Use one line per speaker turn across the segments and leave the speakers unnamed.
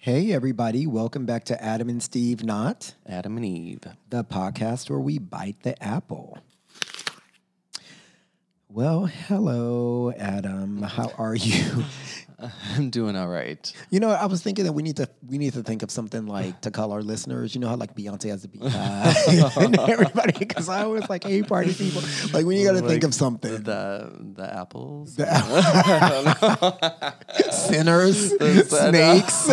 Hey, everybody. Welcome back to Adam and Steve Not,
Adam and Eve.
the podcast where we bite the apple. Well, hello, Adam. How are you?
I'm doing all right.
You know, I was thinking that we need to we need to think of something like to call our listeners. You know how like Beyonce has to be uh, and everybody because I was like, hey, party people. Like when you got to think
Like,
of something,
The the apples.
sinners, snakes,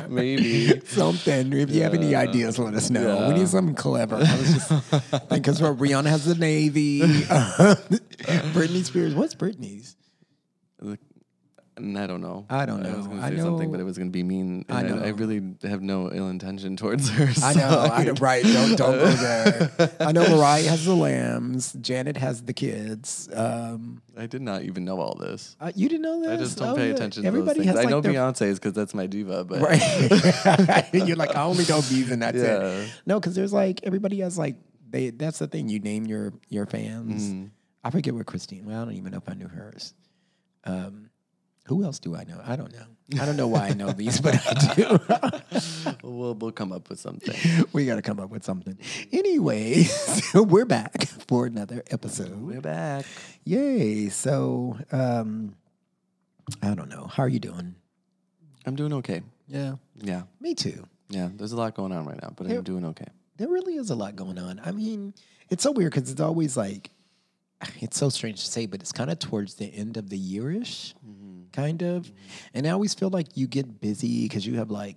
Maybe.
something. If you have any ideas, let us know. We need something clever. I was just because Rihanna has the Navy. Britney Spears. What's Britney's?
And I don't know.
I don't
I was
know.
gonna
I
say something, but
know-
it was gonna be mean.
I
and I,
know.
really have no ill intention towards her.
I
so-
know. I know right. Don't don't go there. I know Mariah has the lambs. Janet has the kids. Um,
I did not even know all this.
uh, you didn't know that.
I just don't pay attention to
Everybody
those
has
things. I
like
know
their
Beyonce's because that's my diva, but
Right. You're like, I only know these and that's
Yeah.
it. No, because there's like everybody has like they that's the thing. You name your your fans.
Mm. Hmm.
I forget what Christine. Well, I don't even know if I knew hers. Um who else do I know? I don't know. I don't know why I know these, but I do.
we'll, we'll come up with something.
we got to come up with something. Anyway, so we're back for another episode.
We're back.
Yay. So, um, I don't know. How are you doing?
I'm doing okay.
Yeah.
Yeah.
Me too.
Yeah. There's a lot going on right now, but
There-
I'm doing okay.
there really is a lot going on. I mean, it's so weird because it's always like, it's so strange to say, but it's kind of towards the end of the yearish,
Mm-hmm.
kind of. And I always feel like you get busy because you have like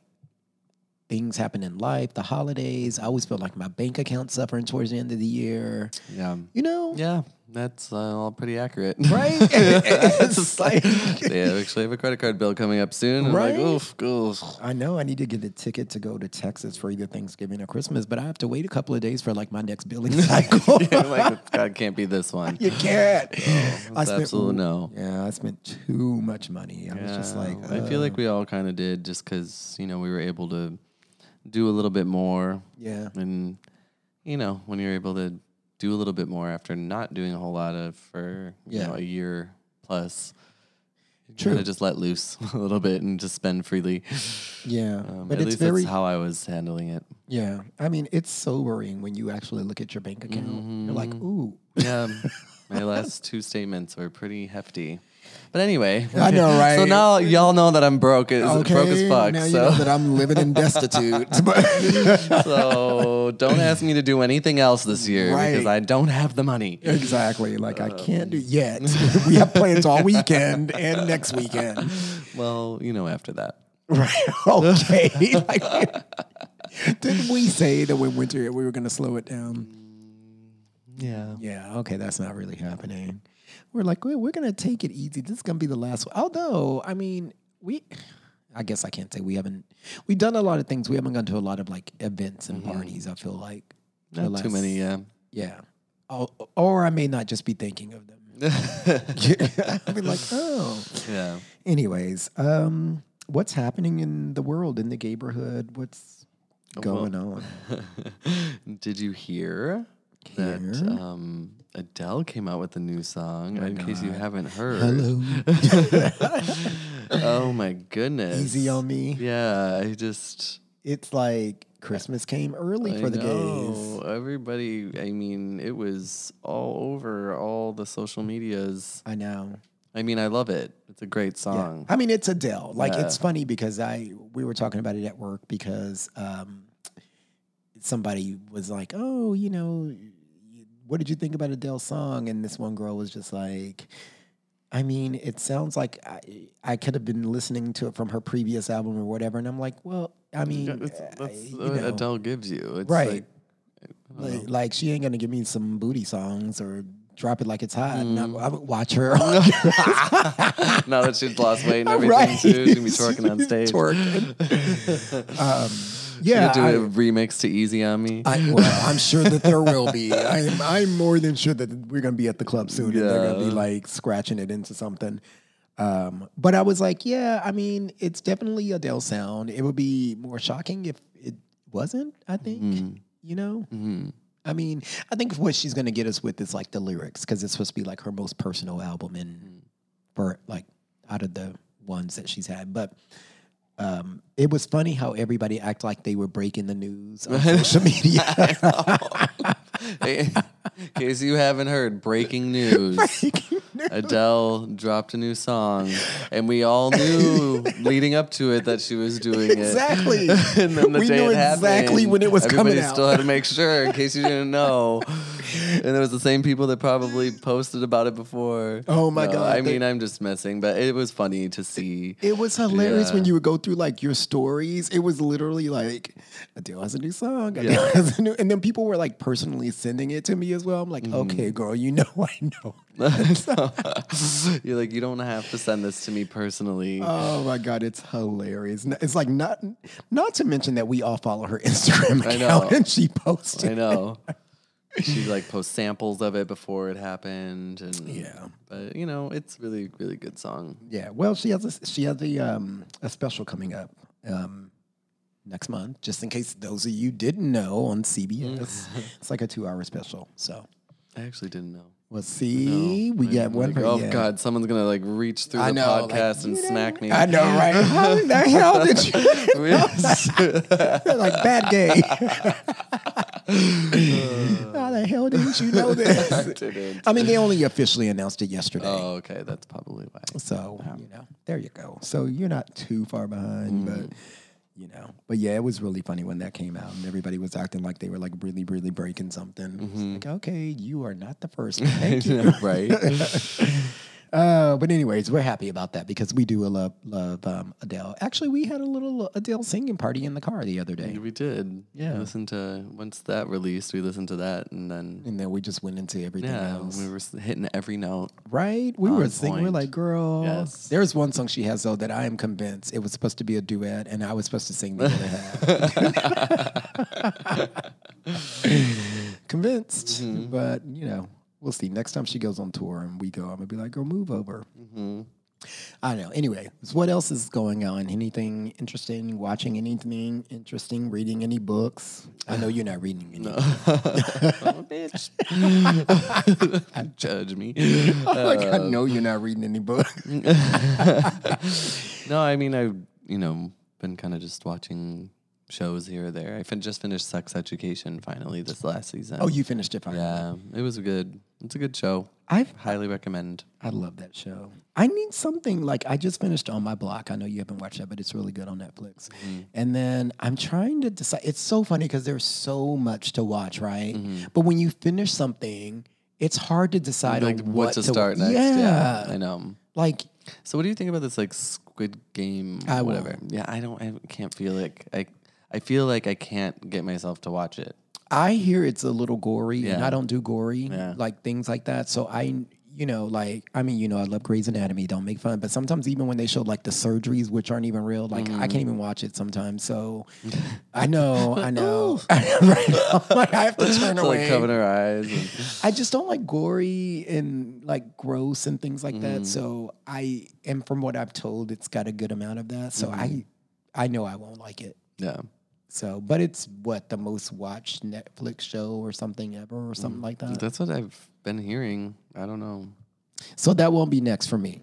things happen in life, the holidays. I always feel like my bank account's suffering towards the end of the year.
Yeah.
You know?
Yeah. That's uh, all pretty accurate.
Right? it's just like,
they actually have a credit card bill coming up soon. and I'm
Right?
like, oof, oof.
I know I need to get a ticket to go to Texas for either Thanksgiving or Christmas, but I have to wait a couple of days for like my next billing cycle.
I'm like, God can't be this one.
You can't. I
It's absolute no.
Yeah, I spent too much money. I was just
Yeah,
like, uh,
I feel like we all kind of did just because, you know, we were able to do a little bit more.
yeah,
And, you know, when you're able to do a little bit more after not doing a whole lot of for, you
Yeah.
know, a year plus. Kind
true.
of just let loose a little bit and just spend freely.
yeah,
Um,
but
at
it's
least
very
that's how I was handling it.
yeah. I mean, it's sobering when you actually look at your bank account.
Mm-hmm.
You're like, ooh,
Yeah. My last two statements were pretty hefty. But anyway.
I know,
So
right?
now y'all know that I'm broke as
okay.
broke as fuck.
now you know
so
that I'm living in destitute. But-
so don't ask me to do anything else this year
Right.
because I don't have the money.
exactly. Like
Oh,
I can't do yet. we have plans all weekend and next weekend.
Well, you know after that.
Right. Okay. like, didn't we say that when winter we were going to slow it down?
Yeah.
Yeah, okay, that's not really happening. We're like, we're, we're gonna take it easy. This is gonna be the last one. Although, I mean, we, I guess I can't say we haven't. We've done a lot of things. We haven't gone to a lot of like events and parties. I feel like the
Mm-hmm. Not too
last-
many, yeah.
Yeah. Oh, or I may not just be thinking of them. I'll be like, oh.
uh, Yeah.
Anyways, um, what's happening in the world in the neighborhood? What's
Oh,
going on?
Did you hear that
Hear?
um, Adele came out with a new song? in case you haven't heard. oh my goodness.
Easy on me.
Yeah, I just
It's like Christmas came early for
I
the
know.
gays.
Everybody, I mean, it was all over all the social medias.
I know.
I mean, I love it. It's a great
Yeah.
song.
I mean, it's Adele. Like,
Um, Yeah.
it's funny because I we were talking about it at work because um, somebody was like, "Oh, you know, what did you think about Adele's song?" And this one girl was just like. I mean, it sounds like I, I could have been listening to it from her previous album or whatever, and I'm like, well, I mean,
Yeah, it's-
uh,
that's
you
what
know.
Adele gives you. It's
Right.
Like,
Like, like, she ain't gonna give me some booty songs or drop it like it's hot. And
Mm.
I'm, I would watch her. on-
now that she's lost weight and everything, too, she's gonna be twerking on stage.
Twerking. um, yeah.
She's gonna do a remix to "Easy on Me."
I, I, well, I'm sure that there will be. I'm, I'm more than sure that we're going to be at the club soon and they're going to be
Yeah.
like scratching it into something. Um, but I was like, yeah, I mean, it's definitely Adele sound. It would be more shocking if it wasn't, I think,
Mm-hmm.
you know?
Mhm.
I mean, I think what she's going to get us with is like the lyrics because it's supposed to be like her
Mm-hmm.
most personal album and for like out of the ones that she's had. But um, it was funny how everybody act like they were breaking the news on social media.
Hey, In case you haven't heard, breaking news. Adele dropped a new song, and we all knew leading up to it that she was doing it.
Exactly.
and then the
We
day
knew
it happened,
exactly when it was coming
everybody
out.
still had to make sure, in case you didn't know. And it was the same people that probably posted about it before.
Oh my
No,
God,
I
they-
mean, I'm just messing, but it was funny to see.
It was hilarious
Yeah.
when you would go through like your stories. It was literally like, Adele has a new song. Adele
Yeah.
has a new, and then people were like personally sending it to me as well. I'm like,
Mm-hmm.
okay, girl, you know I know.
You're like, you don't have to send this to me personally.
Oh my god, it's hilarious. N- It's like not not to mention that we all follow her Instagram
I
account
know.
and she posted.
I know. she like post samples of it before it happened, and
Yeah.
But you know, it's really really good song.
Yeah, well, she has a, she has a um, a special coming up um, next month. Just in case those of you didn't know, on CBS,
Mm-hmm.
it's like a two hour special. So
I actually didn't know.
we'll see. we
I
got
mean,
one.
like,
per-
oh
yeah.
God, someone's gonna like reach through
I
the
know, like,
podcast and smack me.
I know, right? How the hell did you? like bad gay. How the hell didn't you know this?
I didn't.
I mean, they only officially announced it yesterday.
Oh, okay, that's probably why.
So
Oh.
you know, there you go. So you're not too far behind,
Mm-hmm.
but you know, but yeah, it was really funny when that came out, and everybody was acting like they were like really, really breaking something. It's like, okay, you are not the first. one. Thank you.
Mm-hmm. right?
Uh, but anyways, we're happy about that because we do love love um, Adele. Actually, we had a little Adele singing party in the car the other day,
we did.
Yeah.
Listen to once that released, we listened to that, and then
and then we just went into everything
yeah,
else.
we were s- hitting every note.
Right? We
On
were singing. We're
point.
like, girl.
Yes.
There's one song she has though that I am convinced it was supposed to be a duet, and I was supposed to sing the other half. convinced,
Mm-hmm.
but you know, we'll see. Next time she goes on tour and we go, I'm gonna be like, girl, move over.
Mm-hmm.
I don't know. Anyway, so what else is going on? Anything interesting? Watching anything interesting? Reading any books? I know you're not reading any.
Oh, bitch. Judge me.
like, I know you're not reading any books.
No, I mean I've you know been kind of just watching shows here or there. I fin- just finished Sex Education finally this last season.
oh, you finished it finally.
yeah, it was good. It's a good show.
I've
Highly recommend.
I love that show. I need something like I just finished on my block. I know you haven't watched that, but it's really good on Netflix.
Mm-hmm.
And then I'm trying to decide. It's so funny because there's so much to watch, right?
Mm-hmm.
But when you finish something, it's hard to decide
Like
on
what, to start next?
Yeah.
I know.
like
So what do you think about this like Squid Game?
I
whatever. Yeah, I don't. I can't feel like I. I feel like I can't get myself to watch it.
I hear it's a little gory, and
Yeah.
I don't do gory
Yeah.
like things like that. So I, you know, like I mean, you know, I love Grey's Anatomy. Don't make fun, but sometimes even when they show like the surgeries, which aren't even real, like I
Mm.
can't even watch it sometimes. So I know, I know, right now, like, I have to turn
It's like
away.
covering her eyes. and-
I just don't like gory and like gross and things like
Mm.
that. So I, and from what I've told, it's got a good amount of that.
Mm-hmm.
So I, I know I won't like it.
yeah.
So, but it's what the most watched Netflix show or something ever or
Mm.
something like that.
That's what I've been hearing. I don't know.
So that won't be next for me.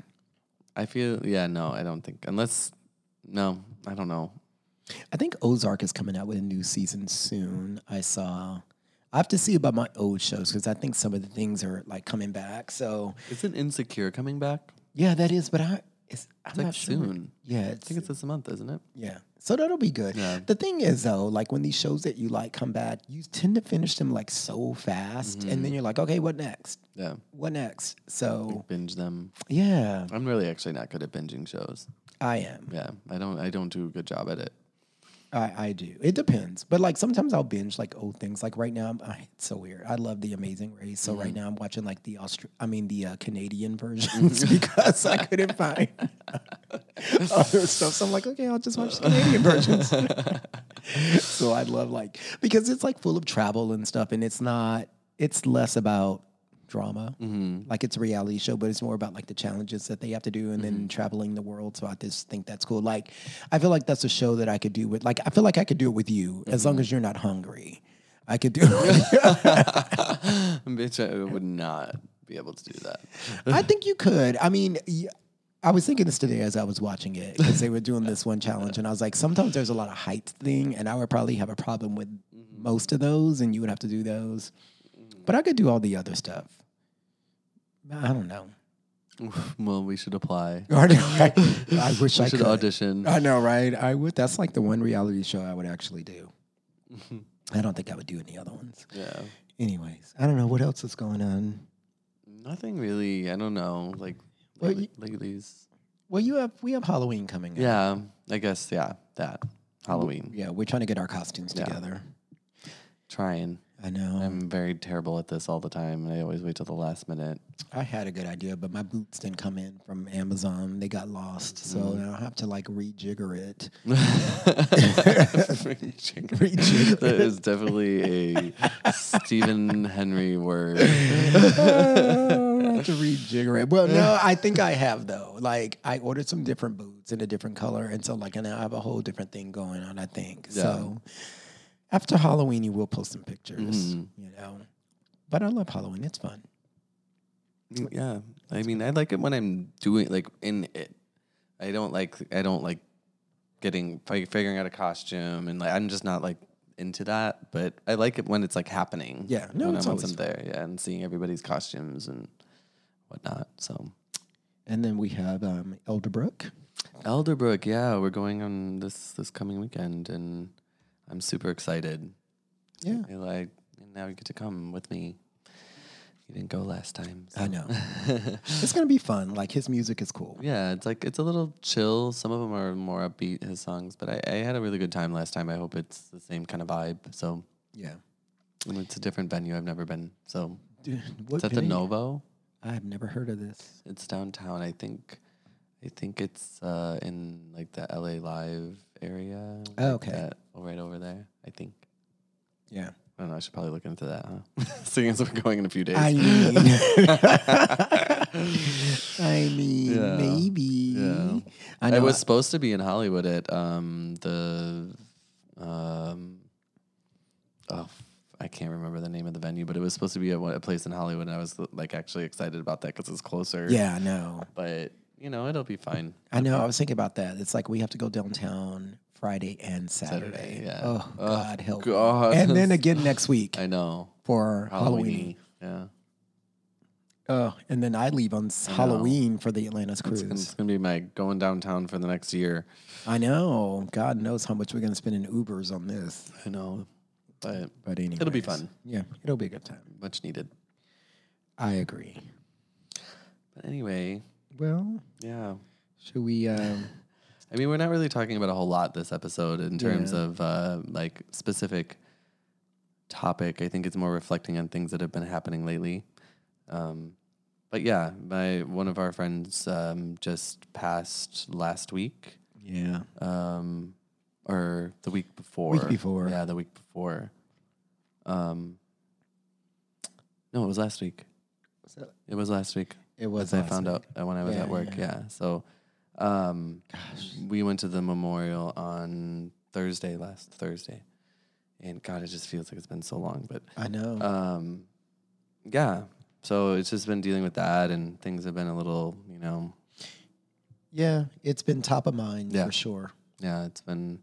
I feel yeah, no, I don't think unless no, I don't know.
I think Ozark is coming out with a new season soon. I saw. I have to see about my old shows because I think some of the things are like coming back. So
Isn't Insecure coming back?
yeah, that is. But I, it's, I'm
like
not sure.
soon.
Yeah,
I
it's,
think it's this month, isn't it?
yeah. So that'll be good.
Yeah.
The thing is though, like when these shows that you like come back, you tend to finish them like so fast,
Mm-hmm.
and then you're like, okay, what next?
Yeah.
What next? So
Binge them.
yeah,
I'm really actually not good at binging shows.
I am.
Yeah. I don't I don't do a good job at it.
I, I do. It depends. But like sometimes I'll binge like old things. Like right now, I'm, I, it's so weird. I love The Amazing Race. So right now I'm watching like the Austra- I mean the uh, Canadian versions because I couldn't find other stuff. So I'm like, okay, I'll just watch the Canadian versions. so I love like because it's like full of travel and stuff, and it's not. It's less about drama, like it's a reality show, but it's more about like the challenges that they have to do and then traveling the world. So I just think that's cool. Like I feel like that's a show that I could do with. Like I feel like I could do it with you as long as you're not hungry. I could do it. with you.
Bitch, I would not be able to do that.
I think you could. I mean, y- I was thinking this today as I was watching it because they were doing this one challenge, and I was like, sometimes there's a lot of height thing, and I would probably have a problem with
Mm-hmm.
most of those, and you would have to do those. But I could do all the other stuff. I don't know.
Well, we should apply.
I wish
We
I
should
could.
audition.
I know, right? I would. That's like the one reality show I would actually do.
Mm-hmm.
I don't think I would do any other ones.
Yeah.
Anyways, I don't know what else is going on.
Nothing really. I don't know. Like,
Well,
lately, these.
Well, you have we have Halloween coming. up.
Yeah. I guess. Yeah. That Halloween.
yeah, we're trying to get our costumes
Yeah.
together.
Trying.
I know.
I'm very terrible at this all the time, and I always wait till the last minute.
I had a good idea, but my boots didn't come in from Amazon. They got lost,
Mm.
so now I have to like rejigger it.
Reaching.
Reaching.
That is definitely a Stephen Henry word.
I have to rejigger it. Well, no, I think I have though. Like I ordered some different boots in a different color, and so like now I have a whole different thing going on. I think so. After Halloween, you will post some pictures,
Mm.
you know. But I love Halloween; it's fun.
Yeah, I mean, I like it when I'm doing like in it. I don't like I don't like getting fi- figuring out a costume and like I'm just not like into that. But I like it when it's like happening.
Yeah, no,
when
it's
I'm once
always
I'm there, yeah, and seeing everybody's costumes and whatnot. So
And then we have um, Elderbrook.
Elderbrook, yeah, we're going on this this coming weekend, and I'm super excited.
Yeah.
I like and now you get to come with me. You didn't go last time. so.
I know. it's gonna be fun. Like his music is cool.
Yeah, it's like it's a little chill. Some of them are more upbeat his songs, but I, I had a really good time last time. I hope it's the same kind of vibe. So
Yeah.
and it's a different venue. I've never been. So
Dude, what
it's at the
venue?
Novo.
I have never heard of this.
It's downtown. I think, I think it's uh, in like the LA Live area.
Oh,
like
okay.
that- right over there. I think.
Yeah.
I don't know. I should probably look into that. Huh? Seeing as we're going in a few days.
I mean, I mean,
Yeah.
maybe.
Yeah.
I
I
know.
was supposed to be in Hollywood at um, the um, oh I can't remember the name of the venue, but it was supposed to be at one- a place in Hollywood, and I was like actually excited about that because it's closer.
yeah, I know.
but you know it'll be fine.
I know. I was thinking about that. It's like we have to go downtown Friday and Saturday.
Saturday, yeah.
Oh,
Oh,
God help. me.
God.
And then again next week
I know
for Halloween.
Halloween. Yeah,
Oh, and then I leave on s-
know.
Halloween for the Atlantis
it's gonna, it's
cruise.
gonna be my going downtown for the next year.
I know. God knows how much we're going to spend in Ubers on this.
I know, but
But anyway,
be fun.
Yeah, it'll be a good time.
much needed.
I agree.
But anyway,
Well,
yeah.
should we? Um,
I mean, we're not really talking about a whole lot this episode in terms
Yeah.
of uh, like specific topic. I think it's more reflecting on things that have been happening lately. Um, but yeah, my one of our friends um, just passed last week,
yeah.
um, or the week before.
before.
yeah, the week before. Um, no, it was last week.
So-
It was last week.
It was.
I
last
found
week.
out uh, when I was
Yeah,
at work.
yeah.
Yeah. So, um, we went to the memorial on Thursday, last Thursday, and God, it just feels like it's been so long. But,
I know.
um, yeah. So it's just been dealing with that, and things have been a little, you know,
yeah, it's been top of mind
Yeah.
for sure.
yeah, it's been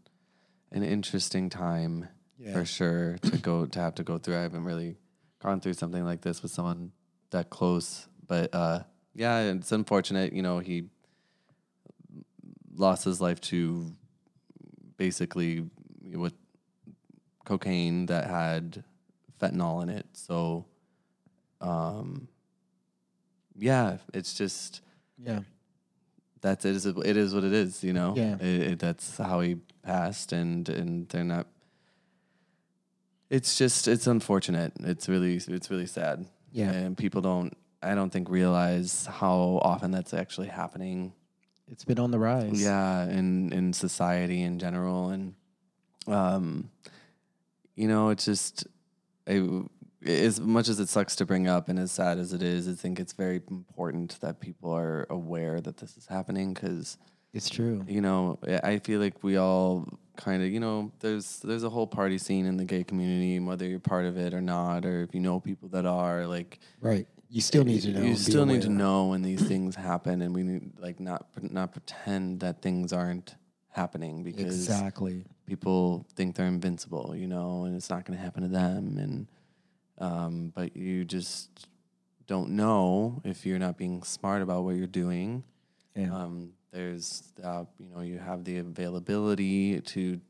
an interesting time
Yeah.
for sure to go to have to go through. I haven't really gone through something like this with someone that close, but uh, yeah, it's unfortunate. You know, he lost his life to basically with cocaine that had fentanyl in it. So, um, yeah, it's just
Yeah.
that's it is it is what it is you know
Yeah.
it, it- that's how he passed and and they're not it's just it's unfortunate it's really it's really sad
Yeah.
and people don't i don't think realize how often that's actually happening
It's been on the rise.
yeah in in society in general and um you know it's just I, as much as it sucks to bring up and as sad as it is i think it's very important that people are aware that this is happening because
It's true.
you know I- i feel like we all kind of you know there's there's a whole party scene in the gay community and whether you're part of it or not or if you know people that are like
Right. You still need to know.
You
and be
still need to
aware.
know when these things happen, and we need like not not pretend that things aren't happening because
Exactly.
people think they're invincible, you know, and it's not going to happen to them. And um, but you just don't know if you're not being smart about what you're doing.
Yeah.
Um, there's uh, you know you have the availability to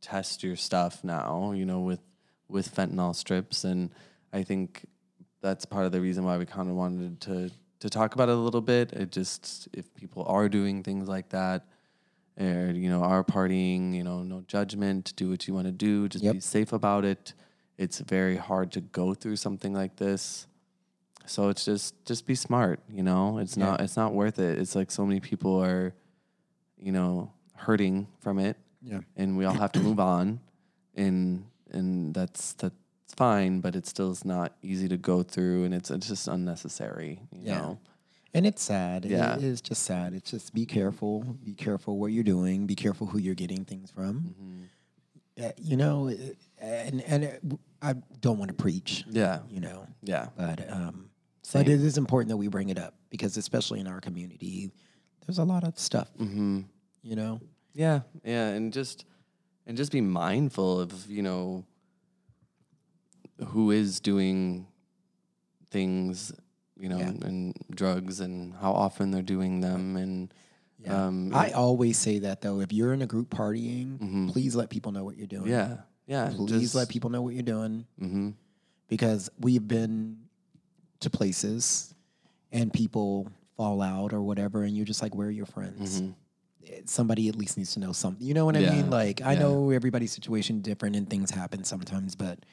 test your stuff now, you know, with with fentanyl strips, and I think that's part of the reason why we kind of wanted to to talk about it a little bit. It just if people are doing things like that, or you know are partying, you know, no judgment, do what you want to do, just
Yep.
be safe about it. It's very hard to go through something like this. So it's just just be smart, you know. It's
Yeah.
not it's not worth it. It's like so many people are you know, hurting from it
Yeah.
and we all have to move on and and that's that's fine but it still is not easy to go through and it's it's just unnecessary you
Yeah.
know
And it's sad.
Yeah.
It is just sad. It's just be careful. Be careful what you're doing. Be careful who you're getting things from.
Mm-hmm.
Uh, you know, it- and and it, I don't want to preach.
yeah
You know,
yeah
but um, but it is important that we bring it up because especially in our community, there's a lot of stuff.
Mm.
You know.
yeah yeah and just and just be mindful of you know who is doing things you know
Yeah.
and, drugs and how often they're doing them and
Yeah.
um Mm-hmm.
I always say that though. If you're in a group partying, please let people know what you're doing.
yeah yeah
Please
just-
let people know what you're doing
mhm.
because we've been to places and people fall out or whatever, and you're just like, where are your friends?
mm-hmm.
Eh, Somebody at least needs to know something. You know what I
Yeah,
mean? Like, I
yeah.
know everybody's situation different and things happen sometimes, but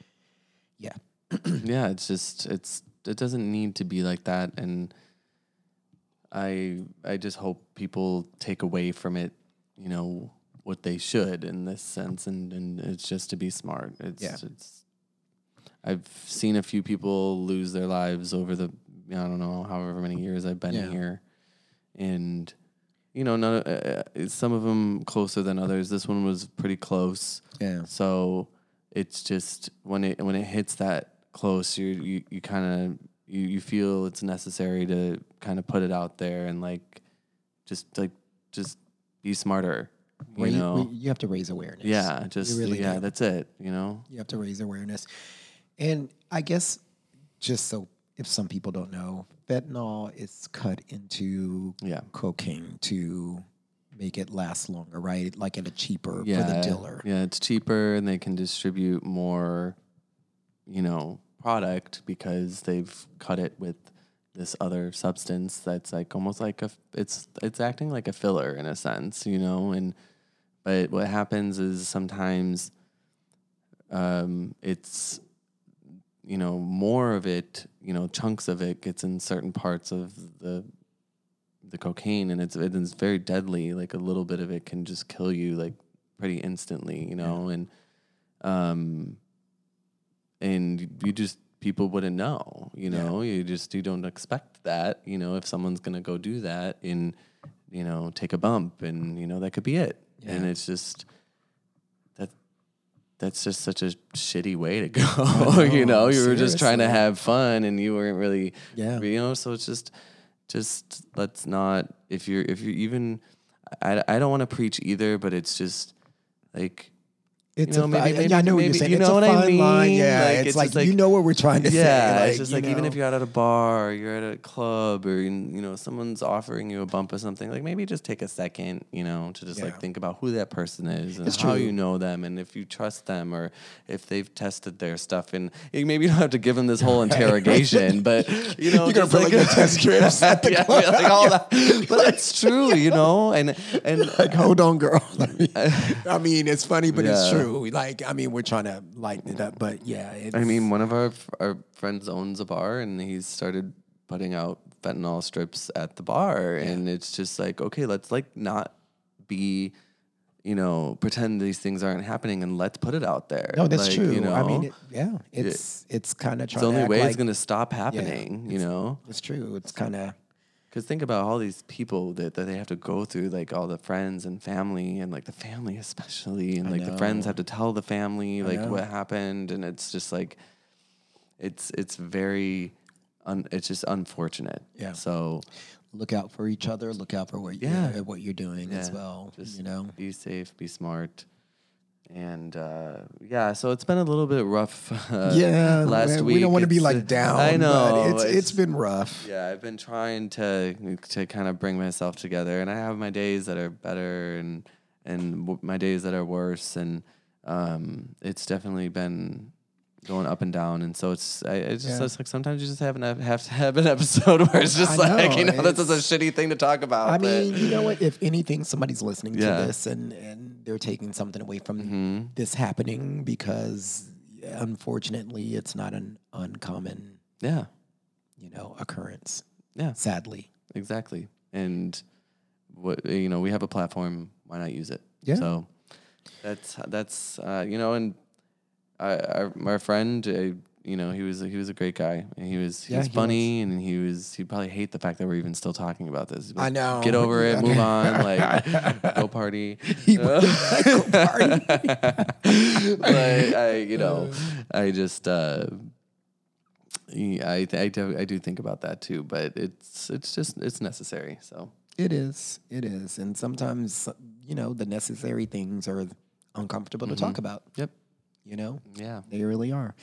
yeah,
yeah, it's just it's it doesn't need to be like that and I I just hope people take away from it, you know, what they should in this sense and and it's just to be smart. It's
Yeah.
it's I've seen a few people lose their lives over the I don't know however many years I've been
Yeah.
here and you know, none, uh, uh, some of them closer than others. This one was pretty close.
yeah,
So it's just when it when it hits that close, you you, you kind of you, you feel it's necessary to kind of put it out there and like just like just be smarter, you
Raise-
know.
you have to raise awareness.
yeah, just
really
yeah,
do.
that's it, you know.
You have to raise awareness. And I guess just so if some people don't know, fentanyl is cut into
Yeah.
cocaine to make it last longer, right? Like at a cheaper
Yeah.
for the dealer.
Yeah, it's cheaper and they can distribute more you know, product because they've cut it with this other substance that's like almost like a it's it's acting like a filler in a sense, you know, and but what happens is sometimes um it's you know, more of it, you know, chunks of it gets in certain parts of the the cocaine and it's it's very deadly. Like a little bit of it can just kill you like pretty instantly, you know, and um and you just people wouldn't know you
Yeah.
know you just you don't expect that you know if someone's going to go do that and you know take a bump and you know that could be it and
Yeah.
it's just that that's just such a shitty way to go you
know,
know you were just trying to
seriously.
have fun and you weren't really
Yeah.
you know so it's just just let's not if you're if you're even i, I don't want to preach either but it's just like
It's
You know,
a
maybe-
maybe,
maybe-
I know what you're
maybe-
saying.
you
it's
know
a
what I
fine line.
mean?
Yeah.
Like,
it's,
it's
like,
just like-
you know what we're trying to say.
yeah, it's just
you
like even if
know.
you're out at a bar, or you're at a club, or you know someone's offering you a bump or something, like maybe just take a second, you know, to just
Yeah.
like think about who that person is and
It's
how
true.
you know them, and if you trust them, or if they've tested their stuff, and you- maybe you don't have to give them this whole interrogation, but you know,
You're gonna
just
put, like, a test strips at the
yeah,
club.
like all that. But it's true, you know, and and
like, hold on, girl. Let me- I mean, it's funny, but it's
Yeah.
true. Like, I mean, we're trying to lighten it up, but yeah. It's,
I mean, one of our our friends owns a bar, and he's started putting out fentanyl strips at the bar, and it's just like, okay, let's like not be, you know, pretend these things aren't happening, and let's put it out there.
no, that's
Like,
true.
You know,
I mean, it, yeah, it's it's kind of
it's
trying to
the only
act
way
like,
it's gonna stop happening. you know,
It's true. It's kind of
because think about all these people that, that they have to go through, like all the friends and family, and like the family especially, and like the friends have to tell the family like
know.
what happened, and it's just like, it's it's very un, it's just unfortunate.
Yeah.
So
Look out for each other. Look out for what you're, uh,
Yeah.
what you're doing as
Yeah,
well.
just
you know,
be safe, be smart, and uh, yeah. So it's been a little bit rough. Uh,
yeah.
last
we,
week
we don't want to be
It's- uh,
like down.
I
but
know
it's, it's been rough.
Yeah, I've been trying to to kind of bring myself together, and I have my days that are better and and w- my days that are worse, and um, it's definitely been going up and down, and so it's I it's just
Yeah.
it's like sometimes you just have an, ep- have to have an episode where it's just
I
like
know,
you know this is a
it's-
shitty thing to talk about.
I
but-
mean, you know what? If anything, somebody's listening
Yeah. Mm-hmm.
to this and, and they're taking something away from this happening because unfortunately it's not an uncommon,
yeah,
you know, occurrence,
yeah,
sadly.
exactly. And what you know, we have a platform. Why not use it?
Yeah.
So that's that's uh, you know, and I, our our friend, uh, you know, he was he was a great guy, and he was he
Yeah,
was
he was.
funny, and he was he probably hate the fact that we're even still talking about this. He'd be
I
like,
know.
Get over it.
I
Move
know.
on. Like go party. but I, you know, I just, uh, I, I, do, I do think about that too. But it's, it's just, it's necessary. So
It is. It is. And sometimes, you know, the necessary things are uncomfortable to
Mm-hmm.
talk about,
yep,
you know?
yeah,
They really are.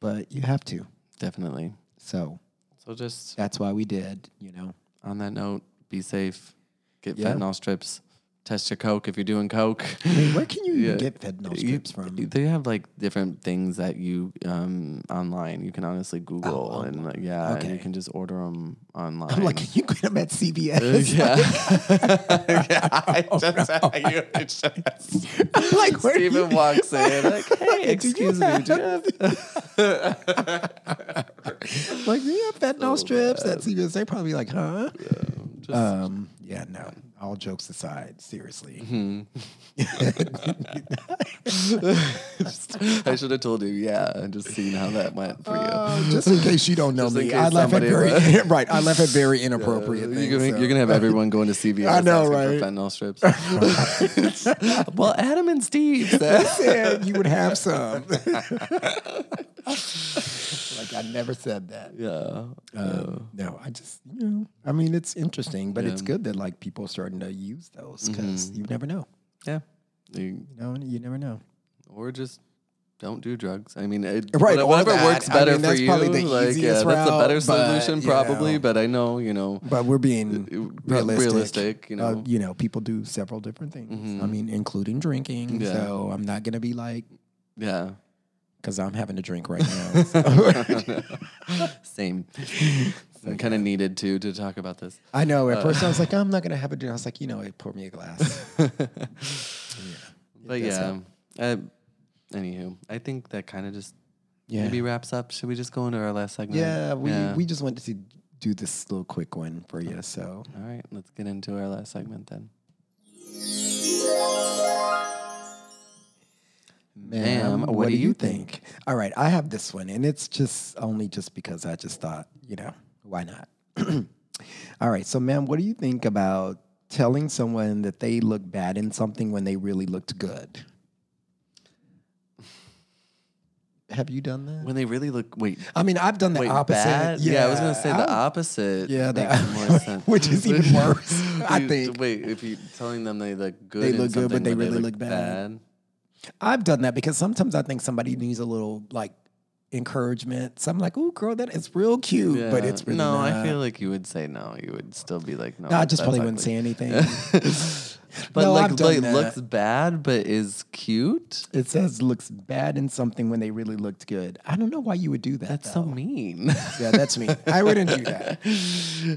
But you have to.
definitely.
So
So just
that's why we did, you know.
on that note, be safe. Get
Yeah.
fentanyl strips. Test your coke if you're doing coke.
I mean, where can you even
Yeah.
get fentanyl
You-
strips from?
They have like different things that you um online. You can honestly Google
Oh,
and like, yeah, and you
okay.
can just order them online.
I'm like, can you get them at
Uh,
CVS?
yeah. yeah.
Oh,
I just, you, I just,
I'm like, where do you-
Steven walks in, like, hey,
Do you
excuse me, do you have
like, do you have fentanyl strips at CVS? They probably like, huh?
Oh, just-
um, yeah, no. All jokes aside, seriously.
Mm-hmm. I should have told you, yeah, and just seen how that went for you.
Uh, just in case you don't know
Just in
me,
case
I laugh at
somebody
very
was-
right. I laugh at very
Uh,
inappropriate
you're,
things.
gonna,
so-
you're gonna have everyone going to CVS.
I know,
asking for
right?
Fentanyl strips. well, Adam and Steve.
I
That,
said you would have some. like I never said that.
yeah.
Um, no, I just you know. I mean, it's interesting, but it's
Yeah. Mm-hmm.
good that like people are starting to use those because you never know.
yeah. You-
You know, you never know.
or just don't do drugs. I mean, it,
Right,
whatever,
or that.
works
I
better
mean, that's
for you.
probably the
like, yeah,
easiest
that's a
route,
better
but,
solution
you
probably.
know.
But I know, you know,
But we're being realistic.
realistic, you
Uh,
know. Mm-hmm.
you know, people do several different things. I mean, including drinking.
Yeah.
So I'm not gonna be like,
yeah,
because I'm having a drink right now. so.
same. I kind of needed to to talk about this.
I know.
Uh.
At first, I was like, I'm not gonna have a drink. I was like, you know, what, pour me a glass.
But
does
yeah, uh, anywho, I think that kind of just
Yeah.
maybe wraps up. Should we just go into our last segment?
Yeah, we we just wanted to do this little quick one for you. So
All right, let's get into our last segment then.
Um,
Ma'am, what do you
think? All right, I have this one, and it's just only just because I just thought, you know, why not? All right, so ma'am, what do you think about telling someone that they look bad in something when they really looked good? Have you done that?
When they really look, wait,
I mean, I've done the
wait,
opposite.
bad? Yeah, I was gonna say the
I-
opposite.
Yeah, the-
makes more sense.
which is even worse. I
You-
think
Wait, if you telling them they look good,
They
in
look good, but
something,
they really look bad. I've done that because sometimes I think somebody needs a little like encouragement. So I'm like, "Ooh, girl, that is real cute," but
Yeah.
it's really
no.
Not.
I feel like you would say no. You would still be like no.
No, I just
that's
probably wouldn't
ugly.
say anything.
But
No,
like,
I've done
like
that.
looks bad, but is cute.
it says looks bad in something when they really looked good. I don't know why you would do that.
That's so
though.
mean.
yeah, that's me. I wouldn't do that.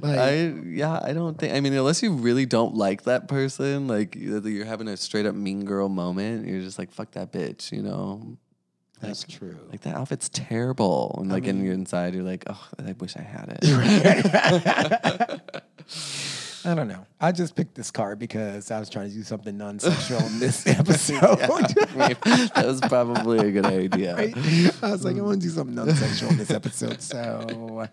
Like,
I yeah, I don't think. I mean, unless you really don't like that person, like either you're having a straight up mean girl moment, you're just like fuck that bitch, you know.
that's true.
Like that outfit's terrible, and like in your inside, you're like, oh, I wish I had it.
I don't know. I just picked this card because I was trying to do something non-sexual in this episode.
that was probably a good idea.
Right? I was like, I want to do something non-sexual in this episode. So,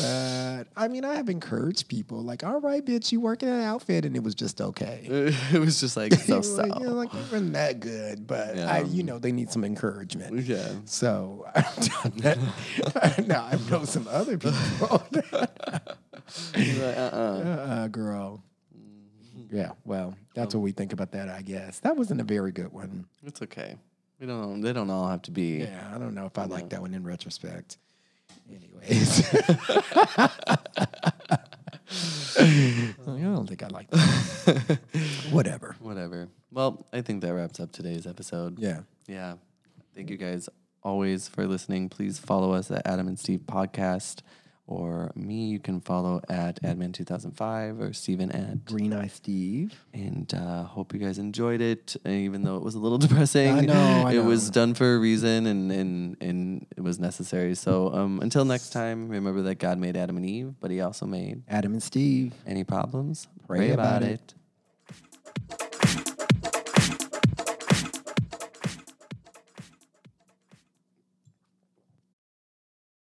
but I mean, I have encouraged people like, all right, bitch, you work in an outfit, and it was just okay.
It was just like so so.
Like, you know, like, it wasn't that good, but
Yeah.
I, you know, they need some encouragement.
Yeah.
So I've done that. now I know some other people.
Like, uh-uh.
uh, girl. Yeah, well, that's what we think about that, I guess. That wasn't a very good one.
It's okay. We don't. They don't all have to be.
Yeah, I don't know if I like that one in retrospect. Anyways, I don't think I like that. Whatever.
Whatever. Well, I think that wraps up today's episode.
Yeah.
Yeah. Thank you guys always for listening. Please follow us at Adam and Steve Podcast or me. You can follow at Admin2005 or Steven at.
Green Eye Steve.
And uh, hope you guys enjoyed it, uh, even though it was a little depressing.
I know, I
it was
know.
done for a reason and, and, and it was necessary. So um, until next time, remember that God made Adam and Eve, but He also made
Adam and Steve.
any problems.
Pray about it.